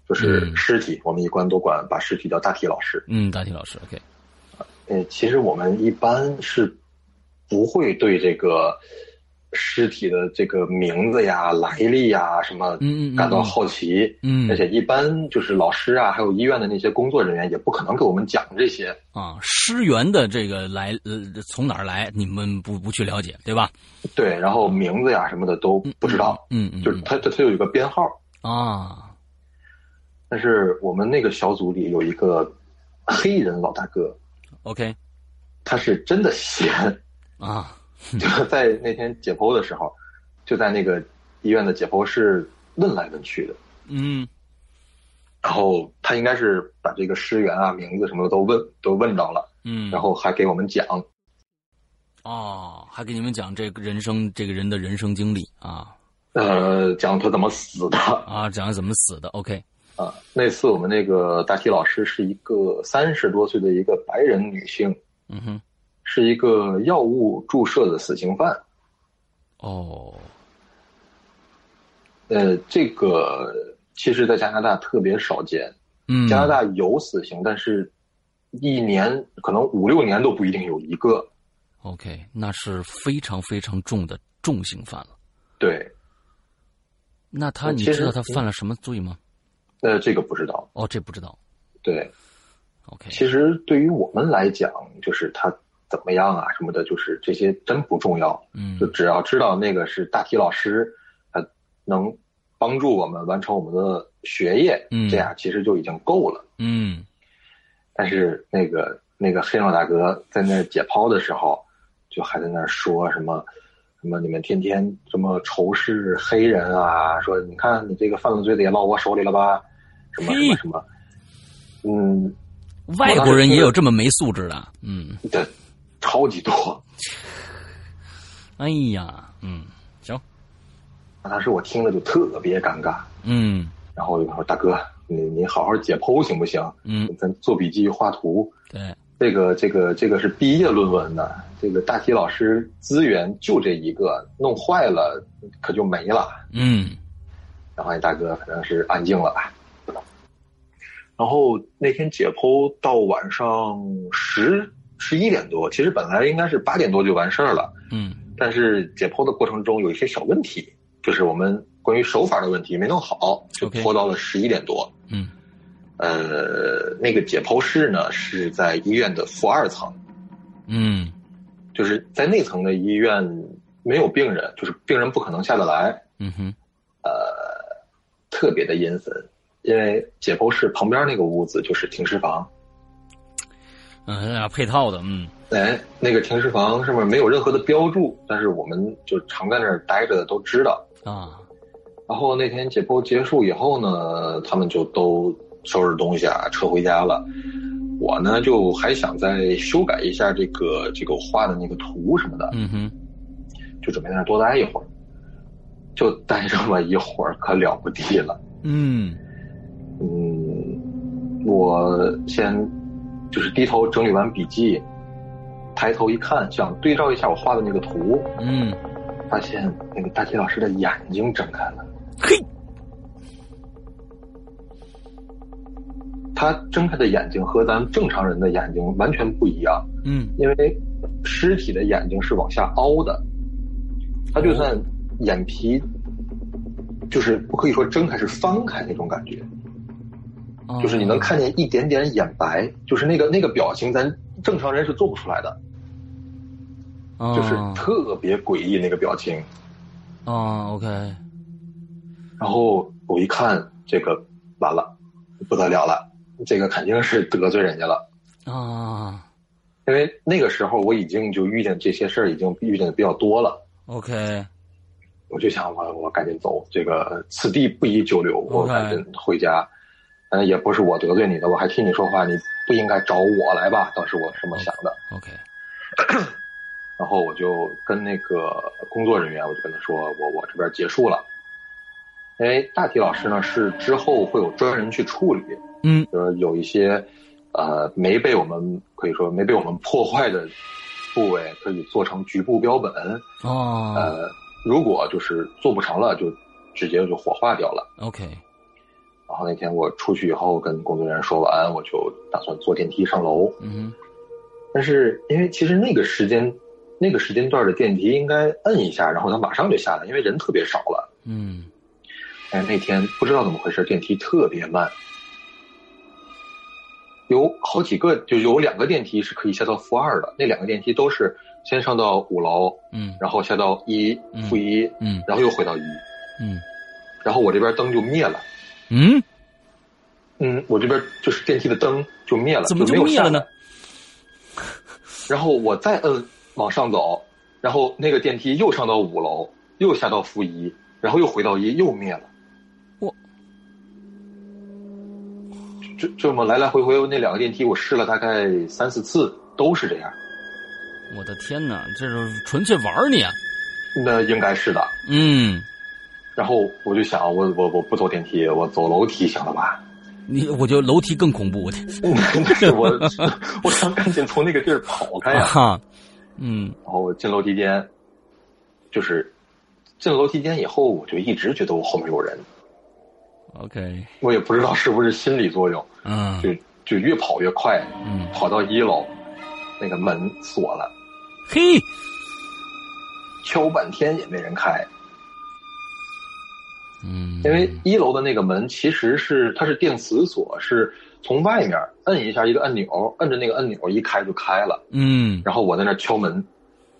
C: 就是
A: 嗯
C: 尸体，我们一般都管把尸体叫大体老师。
A: 嗯，大体老师，OK，
C: 嗯，其实我们一般是不会对这个尸体的这个名字呀、来历呀什么
A: 嗯嗯嗯
C: 感到好奇，
A: 嗯
C: 而且一般就是老师啊，还有医院的那些工作人员也不可能给我们讲这些。
A: 啊，尸源的这个来呃从哪儿来，你们不不去了解，对吧？
C: 对，然后名字呀什么的都不知道，
A: 嗯嗯，
C: 啊就是
A: 嗯
C: 它它它有一个编号，
A: 啊，
C: 但是我们那个小组里有一个黑人老大哥，
A: OK
C: 他是真的闲，
A: 啊，
C: [LAUGHS] 就是在那天解剖的时候，就在那个医院的解剖室问来问去的。
A: 嗯
C: 然后他应该是把这个尸源啊、名字什么的都问都问着了，
A: 嗯，
C: 然后还给我们讲，
A: 哦，还给你们讲这个人生这个人的人生经历啊
C: 呃，讲他怎么死的
A: 啊，讲他怎么死的，OK，
C: 啊。那次我们那个大体老师是一个三十多岁的一个白人女性，
A: 嗯哼，
C: 是一个药物注射的死刑犯。
A: 哦，
C: 呃，这个其实，在加拿大特别少见。
A: 嗯，
C: 加拿大有死刑，但是一年可能五六年都不一定有一个。
A: OK，那是非常非常重的重刑犯了。
C: 对，
A: 那他
C: 呃
A: 你
C: 其
A: 知道
C: 实
A: 他犯了什么罪吗？
C: 呃，这个不知道。
A: 哦，这不知道。
C: 对，
A: OK，
C: 其实对于我们来讲，就是他怎么样啊什么的，就是这些真不重要，
A: 嗯
C: 就只要知道那个是大体老师，他能帮助我们完成我们的学业，
A: 嗯
C: 这样其实就已经够了。
A: 嗯
C: 但是那个那个黑老大哥在那儿解剖的时候，就还在那儿说什么。什么？你们天天这么仇视黑人啊？说你看你这个犯了罪的也落我手里了吧？什么什么什么？嗯，
A: 外国人也有这么没素质的。嗯，
C: 对，超级多。
A: 哎呀，嗯，行，
C: 当时我听了就特别尴尬，
A: 嗯
C: 然后我就说：“大哥，你你好好解剖行不行？
A: 嗯，
C: 咱做笔记、画图，
A: 对，
C: 这个这个这个是毕业论文呢。这个大体老师资源就这一个，弄坏了可就没了。”
A: 嗯
C: 然后那大哥反正是安静了吧。然后那天解剖到晚上十十一点多，其实本来应该是八点多就完事儿了，
A: 嗯
C: 但是解剖的过程中有一些小问题，就是我们关于手法的问题没弄好，就
A: OK
C: 拖到了十一点多。
A: 嗯
C: 呃，那个解剖室呢是在医院的负二层，
A: 嗯
C: 就是在那层的医院没有病人，就是病人不可能下得来，
A: 嗯哼，
C: 特别的阴森。因为解剖室旁边那个屋子就是停尸房，
A: 嗯、啊，配套的，嗯
C: 哎，那个停尸房上面没有任何的标注，但是我们就常在那儿待着的都知道。
A: 啊，
C: 然后那天解剖结束以后呢，他们就都收拾东西啊，撤回家了。我呢就还想再修改一下这个这个我画的那个图什么的，
A: 嗯哼，
C: 就准备在那儿多待一会儿。就待这么一会儿，可了不地了。
A: 嗯
C: 嗯，我先就是低头整理完笔记，抬头一看，想对照一下我画的那个图，
A: 嗯，
C: 发现那个大体老师的眼睛睁开了。
A: 嘿，
C: 他睁开的眼睛和咱们正常人的眼睛完全不一样，
A: 嗯
C: 因为尸体的眼睛是往下凹的，他就算眼皮就是不可以说睁开，是翻开那种感觉，
A: 啊
C: 就是你能看见一点点眼白，就是那个那个表情，咱正常人是做不出来的，
A: 啊
C: 就是特别诡异那个表情。
A: 啊，OK，
C: 然后我一看，这个完了，不得了了，这个肯定是得罪人家了。
A: 啊
C: 因为那个时候我已经就遇见这些事儿，已经遇见的比较多了，
A: ，OK，
C: 我就想我我赶紧走，这个此地不宜久留，我
A: OK
C: 赶紧回家。嗯，也不是我得罪你的，我还替你说话，你不应该找我来吧？当时我是这么想的。
A: OK，
C: 然后我就跟那个工作人员，我就跟他说，我我这边结束了。哎因为大体老师呢是之后会有专人去处理，
A: 嗯
C: 呃，有一些呃，没被我们可以说没被我们破坏的部位，可以做成局部标本。
A: 哦
C: 呃，如果就是做不成了，就直接就火化掉了。
A: ，OK，
C: 然后那天我出去以后跟工作人员说晚安，我就打算坐电梯上楼。
A: 嗯哼，
C: 但是因为其实那个时间那个时间段的电梯应该摁一下，然后它马上就下来，因为人特别少了。
A: 嗯，
C: 但是那天不知道怎么回事，电梯特别慢，有好几个就有两个电梯是可以下到负二的，那两个电梯都是先上到五楼，
A: 嗯，
C: 然后下到一
A: 嗯
C: 负一，
A: 嗯，
C: 然后又回到一，
A: 嗯，
C: 然后我这边灯就灭了。
A: 嗯，
C: 嗯，我这边就是电梯的灯就灭了，
A: 怎么
C: 就没
A: 就
C: 有
A: 灭
C: 下
A: 了呢
C: 来？然后我再摁往上走，然后那个电梯又上到五楼，又下到负一，然后又回到一，又灭了。
A: 我
C: 这这么来来回回那两个电梯，我试了大概三四次，都是这样。
A: 我的天哪，这是纯粹玩儿你啊！
C: 那应该是的。
A: 嗯，
C: 然后我就想，我我我不走电梯，我走楼梯行了吧？ [LAUGHS]
A: 你我觉得楼梯更恐怖，我天
C: 是我我想赶紧从那个地儿跑开呀、
A: 哈、嗯
C: 然后我进楼梯间，就是进楼梯间以后，我就一直觉得我后面有人，
A: ，OK，
C: 我也不知道是不是心理作用，
A: 嗯
C: 就就越跑越快，
A: 嗯，
C: 跑到一楼，那个门锁了，
A: 嘿，
C: 敲半天也没人开，
A: 嗯，
C: 因为一楼的那个门其实是它是电磁锁，是从外面摁一下一个按钮，摁着那个按钮一开就开了，
A: 嗯
C: 然后我在那敲门，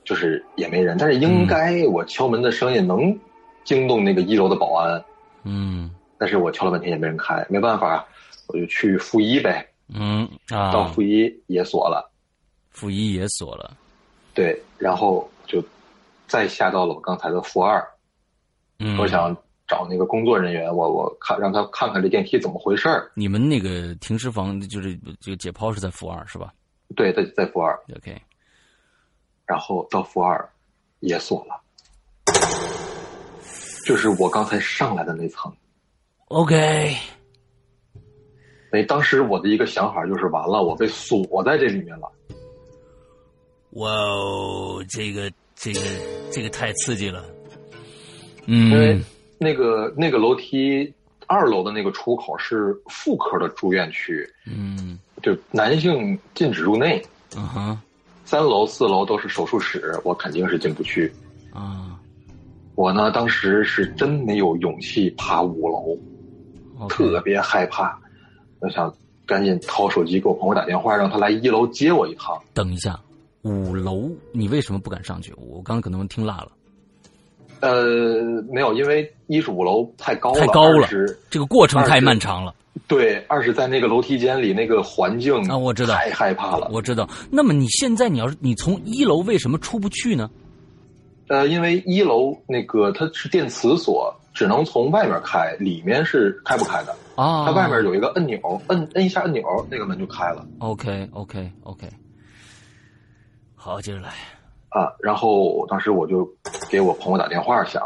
C: 就是也没人，但是应该我敲门的声音能惊动那个一楼的保安。
A: 嗯
C: 但是我敲了半天也没人开，没办法，我就去负一呗，
A: 嗯
C: 到
A: 啊
C: 负，一也锁了，
A: 负一也锁了，
C: 对，然后就再下到了我刚才的负二，
A: 嗯，
C: 我想找那个工作人员，我我看让他看看这电梯怎么回事儿，
A: 你们那个停尸房就是这个解剖是在负二是吧
C: 对，在在负二，
A: ？OK，
C: 然后到负二也锁了，就是我刚才上来的那层，
A: OK，
C: 那当时我的一个想法就是完了，我被锁在这里面了，
A: 哇哦，这个这个这个太刺激了。嗯，
C: 因为那个那个楼梯。二楼的那个出口是妇科的住院区，
A: 嗯
C: 就男性禁止入内，
A: 啊哈
C: 三楼、四楼都是手术室，我肯定是进不去。
A: 啊
C: 我呢，当时是真没有勇气爬五楼，特
A: ，OK，
C: 别害怕。我想赶紧掏手机给我朋友打电话，让他来一楼接我一趟。
A: 等一下，五楼你为什么不敢上去？我刚刚可能听落了，
C: 呃，没有，因为一是五楼太高了，
A: 太高了
C: 二是
A: 这个过程
C: 二十
A: 太漫长了。
C: 对，二是在那个楼梯间里那个环境
A: 啊我知道
C: 太害怕了。
A: 我知道。那么你现在你要是你从一楼为什么出不去呢？
C: 呃，因为一楼那个它是电磁锁，只能从外面开，里面是开不开的。
A: 啊，
C: 它外面有一个按钮，摁摁一下按钮，那个门就开了
A: OK OK OK，好，接着来。
C: 啊。然后当时我就给我朋友打电话想，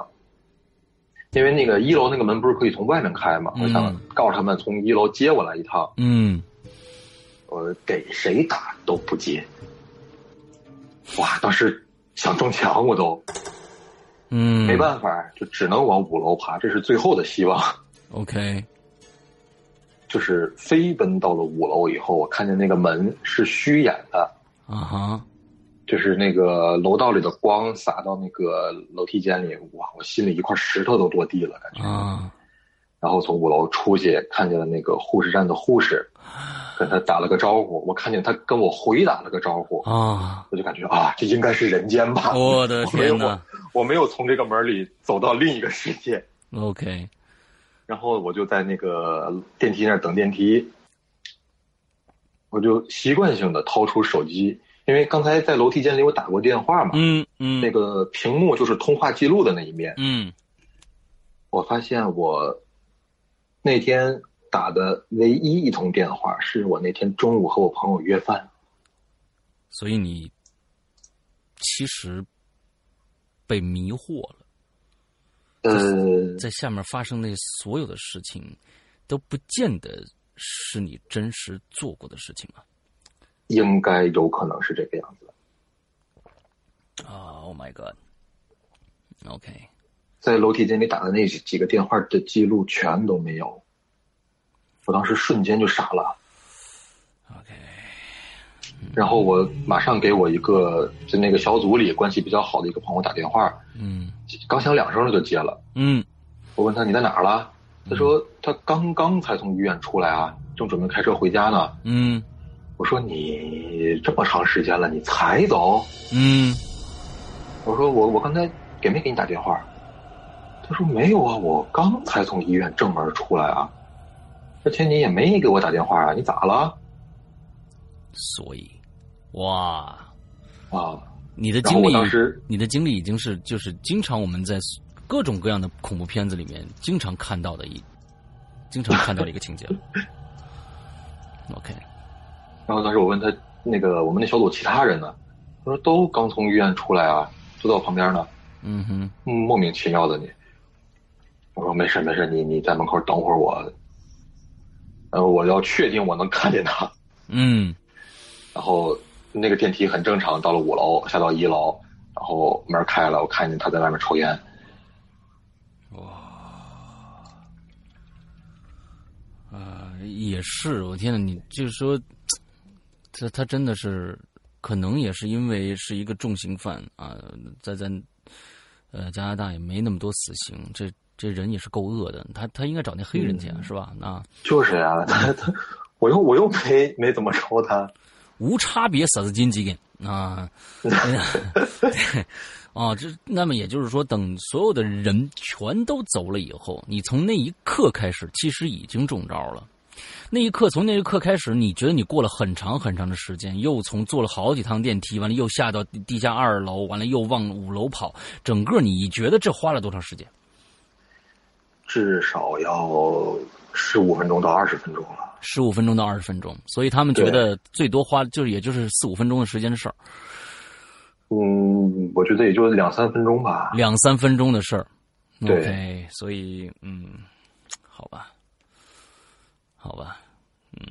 C: 因为那个一楼那个门不是可以从外面开嘛，
A: 嗯
C: 我想告诉他们从一楼接我来一趟，
A: 嗯，
C: 我给谁打都不接。哇，当时想撞墙我都
A: 嗯，
C: 没办法，就只能往五楼爬，这是最后的希望。
A: OK，
C: 就是飞奔到了五楼以后，我看见那个门是虚掩的，
A: 啊哈，
C: 就是那个楼道里的光洒到那个楼梯间里，哇，我心里一块石头都落地了，感觉。
A: 啊，
C: 然后从五楼出去，看见了那个护士站的护士，跟他打了个招呼，我看见他跟我回打了个招呼，
A: 啊！
C: 我就感觉啊，这应该是人间吧。
A: 我的天哪
C: [LAUGHS] 我没有！我没有从这个门里走到另一个世界。
A: ！OK，
C: 然后我就在那个电梯那儿等电梯，我就习惯性的掏出手机，因为刚才在楼梯间里我打过电话嘛，
A: 嗯嗯，
C: 那个屏幕就是通话记录的那一面。
A: 嗯
C: 我发现我那天打的唯一一通电话，是我那天中午和我朋友约饭。，
A: 所以你其实被迷惑了，
C: 呃，
A: 嗯在下面发生的所有的事情都不见得是你真实做过的事情啊吗？
C: 应该有可能是这个样子。
A: 啊、o h my God，OK，、
C: 在楼梯间里打的那几几个电话的记录全都没有，我当时瞬间就傻了。
A: OK，
C: 然后我马上给我一个就那个小组里关系比较好的一个朋友打电话，
A: 嗯
C: 刚响两声他就接了。
A: 嗯
C: 我问他你在哪儿了？他说他刚刚才从医院出来啊，正准备开车回家呢。
A: 嗯
C: 我说你这么长时间了，你才走？
A: 嗯
C: 我说我我刚才给没给你打电话？他说没有啊，我刚才从医院正门出来啊，而且你也没给我打电话啊，你咋了？
A: 所以，哇，
C: 啊，
A: 你的经
C: 然后
A: 历
C: 我当时
A: 你的经历已经是就是经常我们在各种各样的恐怖片子里面经常看到的一经常看到的一个情
C: [LAUGHS]
A: 节了。OK，
C: 然后当时我问他那个我们那小组其他人呢，他说都刚从医院出来啊，就在我旁边呢，
A: 嗯哼，
C: 嗯莫名其妙的你。我说没事没事，你你在门口等会儿我，呃，我要确定我能看见他。
A: 嗯
C: 然后那个电梯很正常，到了五楼，下到一楼，然后门开了，我看见他在外面抽烟。
A: 啊、也是，我天呐，你就是说，他他真的是可能也是因为是一个重刑犯啊，在在呃加拿大也没那么多死刑，这这人也是够恶的，他他应该找那黑人去、
C: 嗯
A: 啊是吧？啊，
C: 就是呀、他他 [LAUGHS] 我又我又没没怎么抽他，
A: 无差别杀死金几个啊， [LAUGHS] 对啊，这那么也就是说，等所有的人全都走了以后，你从那一刻开始，其实已经中招了。那一刻，从那一刻开始，你觉得你过了很长很长的时间，又从坐了好几趟电梯，完了又下到地地下二楼，完了又往五楼跑，整个你觉得这花了多长时间？
C: 至少要十五分钟到二十分钟了。
A: 十五分钟到二十分钟，所以他们觉得最多花就是也就是四五分钟的时间的事儿，
C: 嗯，我觉得也就两三分钟吧。
A: 两三分钟的事儿。
C: 啊对
A: OK，所以嗯，好吧，好吧，嗯，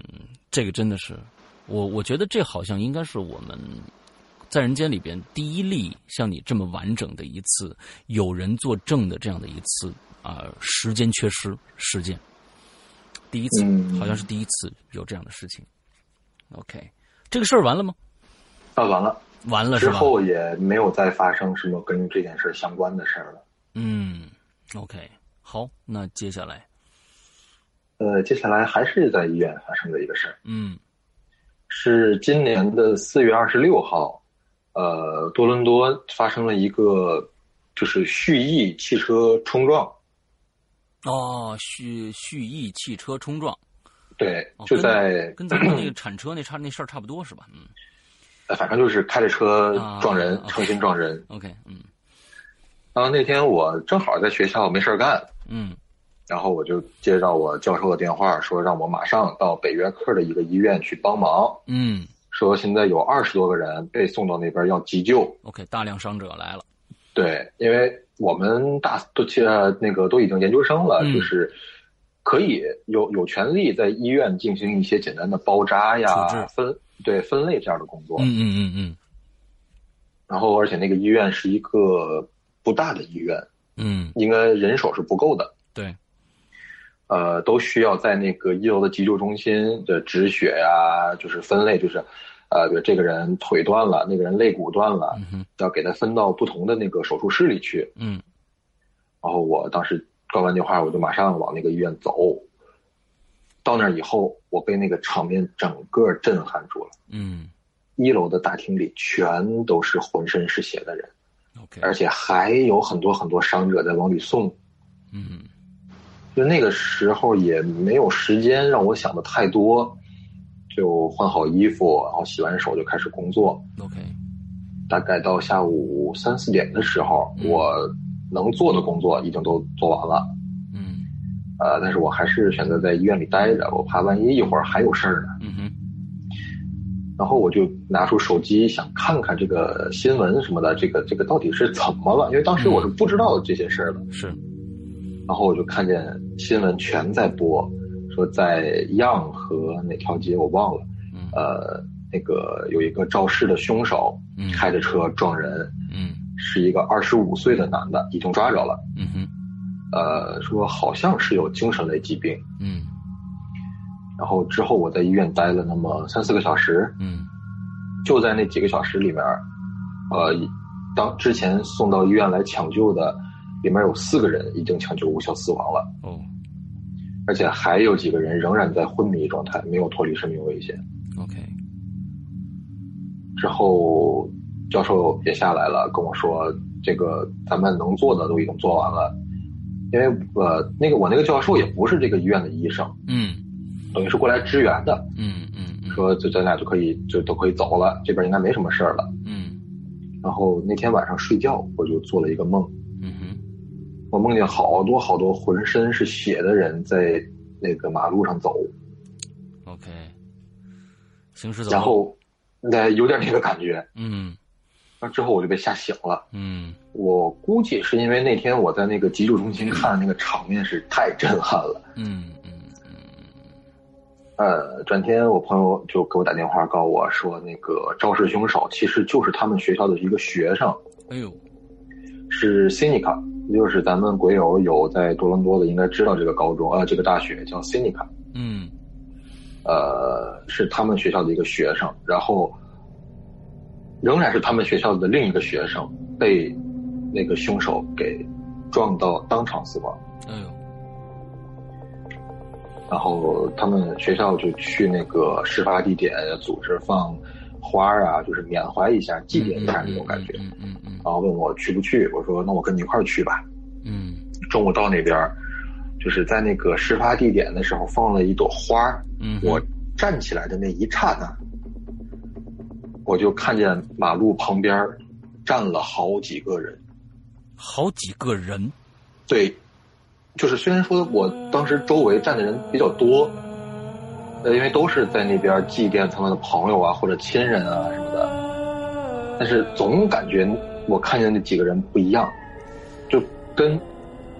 A: 这个真的是我，我觉得这好像应该是我们在人间里边第一例像你这么完整的一次有人作证的这样的一次啊、时间缺失事件，第一次、
C: 嗯
A: 好像是第一次有这样的事情。OK，这个事儿完了吗？
C: 啊，完了，
A: 完了是
C: 之
A: 吧？
C: 后也没有再发生什么跟这件事相关的事儿了。
A: 嗯，OK，好，那接下来
C: 呃，接下来还是在医院发生的一个事儿，
A: 嗯。
C: 是今年的四月二十六号，呃，多伦多发生了一个就是蓄意汽车冲撞，
A: 哦，蓄蓄意汽车冲撞，
C: 对
A: 哦、，
C: 就
A: 跟
C: 在
A: 跟咱们那个铲车那差那事儿差不多是吧？嗯
C: 呃反正就是开着车
A: 啊
C: 撞人，
A: ，OK
C: 诚心撞人。
A: ，OK，嗯
C: 然后那天我正好在学校没事儿干，
A: 嗯
C: 然后我就接到我教授的电话，说让我马上到北约克的一个医院去帮忙，
A: 嗯
C: 说现在有二十多个人被送到那边要急救。
A: ，OK，大量伤者来了，
C: 对，因为我们大都呃那个都已经研究生了，
A: 嗯
C: 就是可以有有权利在医院进行一些简单的包扎
A: 处
C: 呀
A: 置、
C: 分对分类这样的工作。
A: 嗯嗯嗯
C: 然后，而且那个医院是一个不大的医院，
A: 嗯嗯，
C: 应该人手是不够的。
A: 对，
C: 呃，都需要在那个一楼的急救中心的止血呀、就是分类，就是，呃，比如这个人腿断了，那个人肋骨断了，
A: 嗯哼，
C: 要给他分到不同的那个手术室里去。
A: 嗯
C: 然后我当时挂完电话，我就马上往那个医院走。到那儿以后，我被那个场面整个震撼住了。
A: 嗯
C: 一楼的大厅里全都是浑身是血的人，
A: ，OK，
C: 而且还有很多很多伤者在往里送。
A: 嗯
C: 就那个时候也没有时间让我想的太多，就换好衣服，然后洗完手就开始工作。
A: ，OK，
C: 大概到下午三四点的时候，
A: 嗯
C: 我能做的工作已经都做完了。
A: 嗯
C: 呃，但是我还是选择在医院里待着，我怕万一一会儿还有事儿呢。
A: 嗯哼，
C: 然后我就拿出手机想看看这个新闻什么的，这个这个到底是怎么了？因为当时我是不知道这些事儿的。
A: 是，
C: 然后我就看见新闻全在播，说在样和哪条街我忘了，
A: 嗯
C: 呃，那个有一个肇事的凶手
A: 嗯
C: 开着车撞人，
A: 嗯
C: 是一个二十五岁的男的，已经抓着了，
A: 嗯哼
C: 呃，说好像是有精神类疾病。
A: 嗯
C: 然后之后我在医院待了那么三四个小时，
A: 嗯
C: 就在那几个小时里面，呃，当之前送到医院来抢救的，里面有四个人已经抢救无效死亡了，
A: 哦
C: 而且还有几个人仍然在昏迷状态，没有脱离生命危险。
A: ，OK，
C: 之后教授也下来了，跟我说这个咱们能做的都已经做完了，因为呃，那个我那个教授也不是这个医院的医生，
A: 嗯
C: 等于是过来支援的，
A: 嗯嗯嗯
C: 说就咱俩就可以就都可以走了，这边应该没什么事儿了。
A: 嗯
C: 然后那天晚上睡觉，我就做了一个梦。
A: 嗯哼
C: 我梦见好多好多浑身是血的人在那个马路上走，
A: ，OK，行尸走
C: 然
A: 肉，
C: 后那有点那个感觉。
A: 嗯
C: 那之后我就被吓醒了，
A: 嗯
C: 我估计是因为那天我在那个急救中心看的那个场面是太震撼了。
A: 嗯嗯嗯
C: 呃，转天我朋友就给我打电话告我说，那个肇事凶手其实就是他们学校的一个学生，
A: 哎呦，
C: 是 Sinica，就是咱们鬼友有在多伦多的应该知道这个高中呃这个大学叫 Sinica。
A: 嗯
C: 呃，是他们学校的一个学生，然后仍然是他们学校的另一个学生被那个凶手给撞到当场死亡，
A: 哎呦，
C: 然后他们学校就去那个事发地点组织放花儿啊，就是缅怀一下、祭奠一下那种感觉。
A: 嗯嗯嗯
C: 然后问我去不去，我说那我跟你一块儿去吧。
A: 嗯
C: 中午到那边儿，就是在那个事发地点的时候放了一朵花儿，
A: 嗯，
C: 我站起来的那一刹那，我就看见马路旁边儿站了好几个人。
A: 好几个人，
C: 对，就是虽然说我当时周围站的人比较多，呃，因为都是在那边祭奠他们的朋友啊或者亲人啊什么的，但是总感觉我看见那几个人不一样，就跟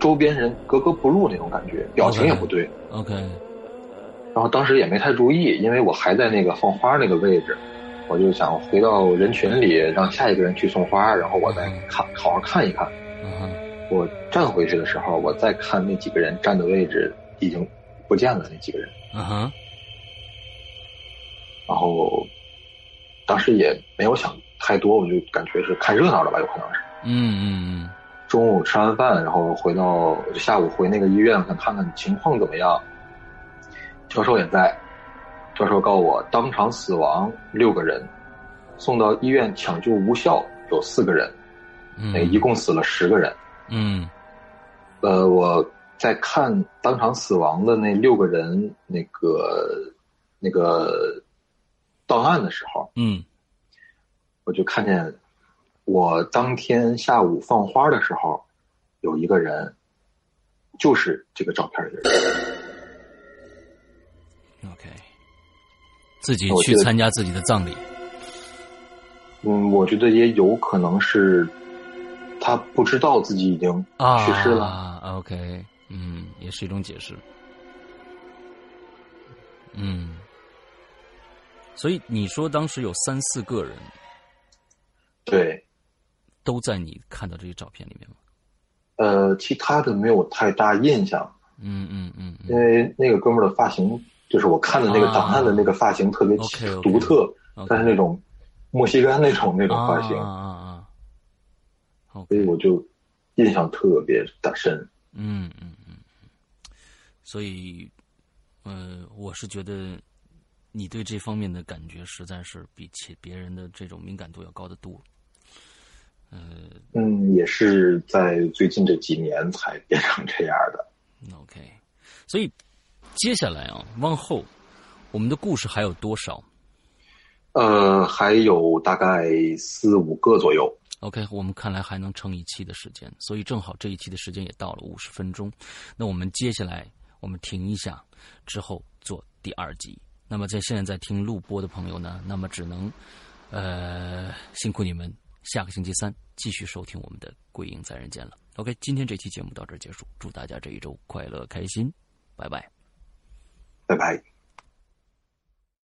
C: 周边人格格不入那种感觉，表情也不对。
A: OK，
C: 然后当时也没太注意，因为我还在那个放花那个位置，我就想回到人群里，让下一个人去送花，然后我再看好好看一看。
A: 嗯哼，
C: 我站回去的时候，我再看那几个人站的位置已经不见了，那几个人。
A: 嗯哼，
C: 然后当时也没有想太多，我就感觉是看热闹的吧，有可能是。
A: 嗯嗯
C: 中午吃完饭，然后回到下午回那个医院，看看看情况怎么样。教授也在，教授告我当场死亡六个人，送到医院抢救无效有四个人，
A: 嗯，
C: 那一共死了十个人。
A: 嗯
C: 呃，我在看当场死亡的那六个人那个那个档案的时候，
A: 嗯
C: 我就看见我当天下午放花的时候，有一个人，就是这个照片里的人。
A: 嗯，OK，自己
C: 我
A: 去
C: 记得
A: 参加自己的葬礼，
C: 嗯，我觉得也有可能是他不知道自己已经
A: 啊，
C: 去世了。
A: OK，嗯，也是一种解释。嗯，所以你说当时有三四个人
C: 对，
A: 都在你看到这些照片里面吗？
C: 呃，其他的没有太大印象，
A: 嗯嗯嗯
C: 因为那个哥们儿的发型，就是我看的那个档案的那个发型特别奇
A: 啊 OK，OK
C: 独特，
A: 嗯，
C: 但是那种墨西哥那种那种发型，
A: 啊啊啊
C: 所
A: ，OK，
C: 以我就印象特别的深。
A: 嗯嗯嗯，所以，呃，我是觉得你对这方面的感觉实在是比起别人的这种敏感度要高得多。
C: 嗯，也是在最近这几年才变成这样的。
A: OK，所以接下来啊，往后我们的故事还有多少
C: 呃，还有大概四五个左右。
A: ？OK，我们看来还能撑一期的时间，所以正好这一期的时间也到了五十分钟。那我们接下来我们停一下，之后做第二集。那么在现在在听录播的朋友呢，那么只能呃辛苦你们，下个星期三继续收听我们的《鬼影在人间》了。OK，今天这期节目到这儿结束，祝大家这一周快乐开心，拜拜。
C: 拜拜。